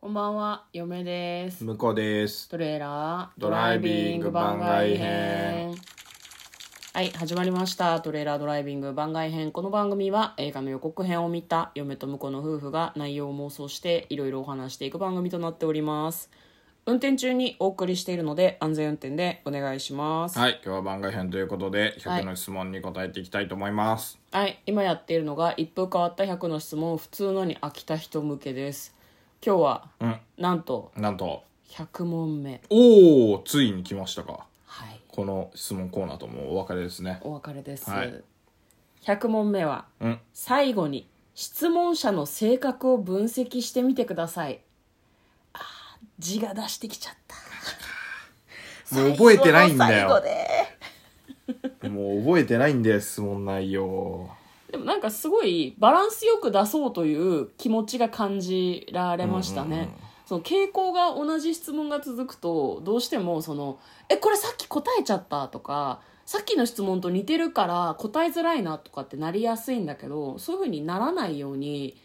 こんばんは、嫁です。向こうです。トレーラードドライビング番外編。はい、始まりました。トレーラードライビング番外編。この番組は映画の予告編を見た嫁と婿の夫婦が内容を妄想していろいろお話していく番組となっております。運転中にお送りしているので安全運転でお願いします。はい、今日は番外編ということで、はい100の質問に答えていきたいと思います。はい、今やっているのが一風変わった100の質問、普通のに飽きた人向けです。今日は、なんとなんと、 100問目。おー、ついに来ましたか。はい。この質問コーナーともうお別れですね。お別れです、はい100問目はうん。最後に質問者の性格を分析してみてくださいあー字が出してきちゃった もう覚えてないんだ最後のよ。最後もう覚えてないんです、質問内容。ででもなんかすごいバランスよく出そうという気持ちが感じられましたね、うんうんうんその傾向が同じ質問が続くとどうしてもその「えこれさっき答えちゃった」とか「さっきの質問と似てるから答えづらいな」とかってなりやすいんだけどそういうふうにならないように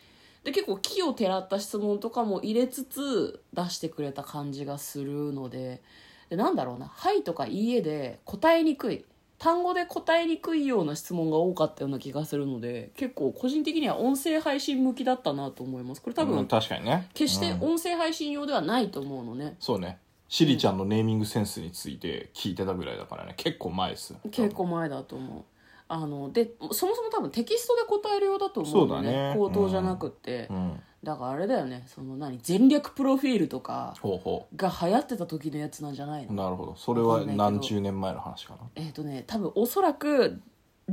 で結構木をてらった質問とかも入れつつ出してくれた感じがするのででなんだろうな「はい」とか「いいえ」で答えにくい単語で答えにくいような質問が多かったような気がするので結構個人的には音声配信向きだったなと思いますこれ多分、うん確かにね。決してうん音声配信用ではないと思うのね、そうね。シリちゃんのネーミングセンスについて聞いてたぐらいだからね、結構前です。結構前だと思うあのでそもそも多分テキストで答えるようだと思そううだのね口頭じゃなくって、うん。だからあれだよねその何全略プロフィールとかほうほ。が流行ってた時のやつなんじゃないうの、なるほど。それわかはんないけど何十年前の話かな。えっ、とね多分おそらく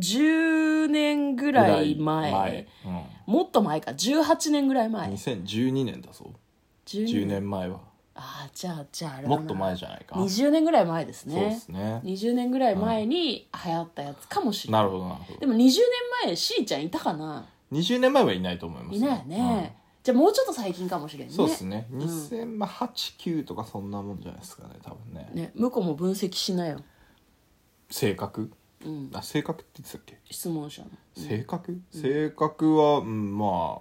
10年ぐらい前前。もっと前か18年ぐらいうん。前2012年だぞ。 10 10年前は。ああじゃあじゃああれだなもっと前じゃないか。 20年ぐらい前ですそうでねすね。 20年ぐらい前に流行ったやつかもしれないなるほどなるほでど。も20年前しーちゃんいたかな20年前はいないと思います、いないよね、じゃあもうちょっと最近かもしれんうねんそうですね。ん2008、9とかそんなもんじゃないですかね、多分ね。ね向こうも分析しなよ、性格うん、あ、性格って言ってたっけ質問者の性格、性格は、うん、まあ、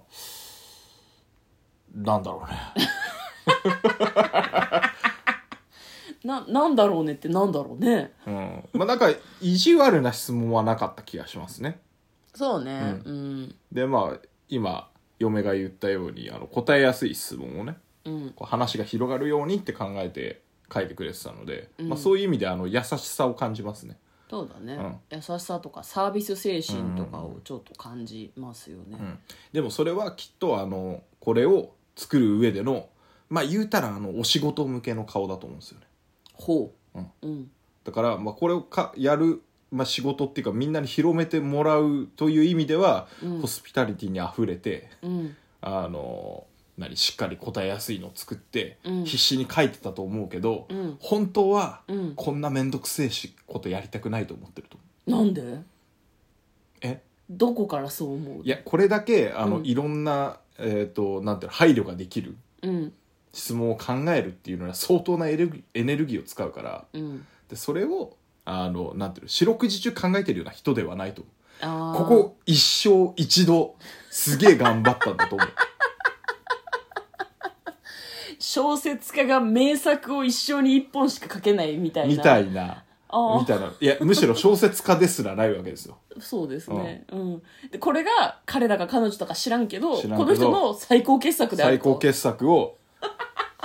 なんだろうね。ななんだろうねってなんだろうねうん。まあなんか、意地悪な質問はなかった気がしますね。そうねううんで、まあ、今、嫁が言ったように、あの、答えやすい質問をね、うんこう話が広がるようにって考えて書いてくれてたので、うんまあ、そういう意味であの優しさを感じますね。そうだね、優しさとかサービス精神とかをちょっと感じますよね、うん、でもそれはきっとあのこれを作る上でのまあ言うたらあのお仕事向けの顔だと思うんですよね。ほううん、うん、だからまあこれをかやる、まあ、仕事っていうかみんなに広めてもらうという意味では、うんホスピタリティにあふれてうん、あの何しっかり答えやすいのを作って、うん必死に書いてたと思うけど、うん本当はうんこんな面倒くせえしことやりたくないと思ってると思う。なんでえどこからそう思ういやこれだけあの、うんいろんな,、えー、となんていうの配慮ができるうん質問を考えるっていうのは相当なエネルギエネルギーを使うからうんでそれをあのなんていうの四六時中考えてるような人ではないとあーここ一生一度すげえ頑張ったん だと思う小説家が名作を一生に一本しか書けないみたいなみたいなああみたいないやむしろ小説家ですらないわけですよそうですね、うんでこれが彼らが彼女とか知らんけど知らんけどこの人の最高傑作である最と高傑作を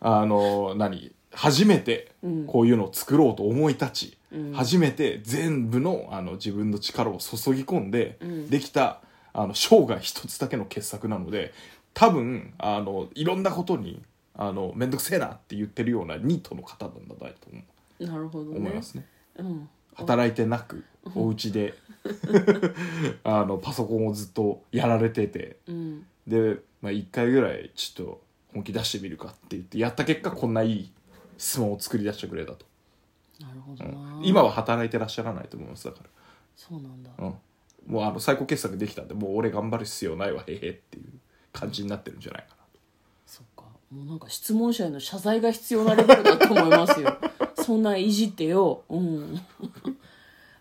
あの何初めてうんこういうのを作ろうと思い立ち、うん初めて全部のあの自分の力を注ぎ込んでうんできた、あの生涯一つだけの傑作なので多分あのいろんなことにあの面倒くせえなって言ってるようなニートの方なんだと思なるほどうね思いますね。うん、働いてなくお家で あのパソコンをずっとやられててうん、で、まあ、1回ぐらいちょっと本気出してみるかって言ってやった結果こんないい質問を作り出してくれたと、なるほうどんな、今は働いてらっしゃらないと思いますだからそうなんだ、うん、もうあの最高傑作できたんでもう俺頑張る必要ないわへへっていう感じになってるんじゃないかそっかもうなんか質問者への謝罪 が必要なレベルだと思いますよそんないじってようん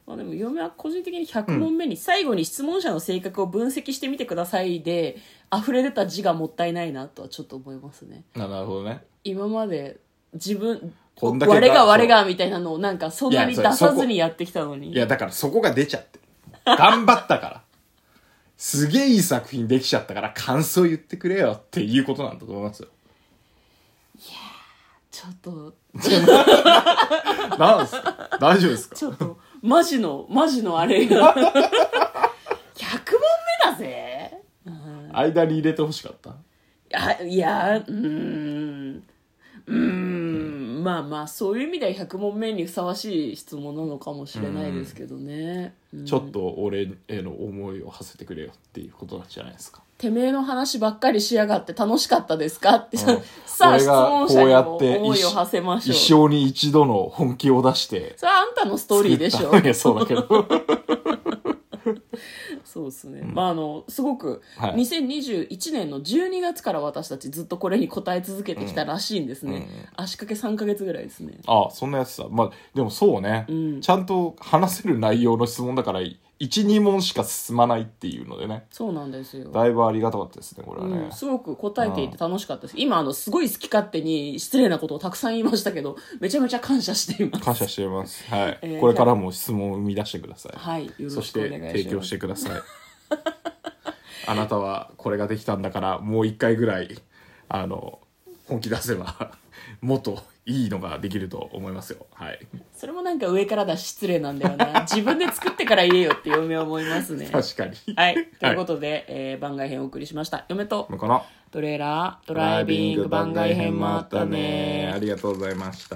まあ、でも嫁は個人的に100問目に、最後に質問者の性格を分析してみてくださいで溢れ出た字がもったいないなとはちょっと思いますねあなるほどね今まで自分こんだけが我が我がみたいなのをなんかそんなにいやそ出れさそずこにやってきたのにいやだからそこが出ちゃってる頑張ったからすげえいい作品できちゃったから感想言ってくれよっていうことなんだと思いますよちょっとなんですか大丈夫ですかちょっとマジの マジのあれが100問目だぜ間に入れてほしかったあいやうーんうーんまあまあそういう意味では100問目にふさわしい質問なのかもしれないですけどね、うんちょっと俺への思いを馳せてくれよっていうことなんじゃないですかてめえの話ばっかりしやがって楽しかったですかって、うんさあ俺質が問者こうにやもって思いを馳せましょう一生に一度の本気を出してそれはあんたのストーリーでしょ作ったいやそうだ けどそうですね、まああのすごくはい2021年の12月から私たちずっとこれに答え続けてきたらしいんですね、うんうん足掛け3ヶ月ぐらいですねあそんなやつだまあでもそうね、うんちゃんと話せる内容の質問だから12問しか進まないっていうのでねそうなんですよだいぶありがたかったですねこれはね、うん、すごく答えていて楽しかったです、今あのすごい好き勝手に失礼なことをたくさん言いましたけどめちゃめちゃ感謝しています感謝しています、はいえーこれからも質問を生み出してください、はいよろそししくおて願い提し供ましすてくださいあなたはこれができたんだからもう一回ぐらいあの本気出せば もっといいのができると思いますよはいそれもなんか上からだし失礼なんだよ な自分で作ってから言えよって嫁は思いますね確かにはいということで、えー番外編をお送りしました嫁とのかなトレーラードライビング番外編もあったねありがとうございました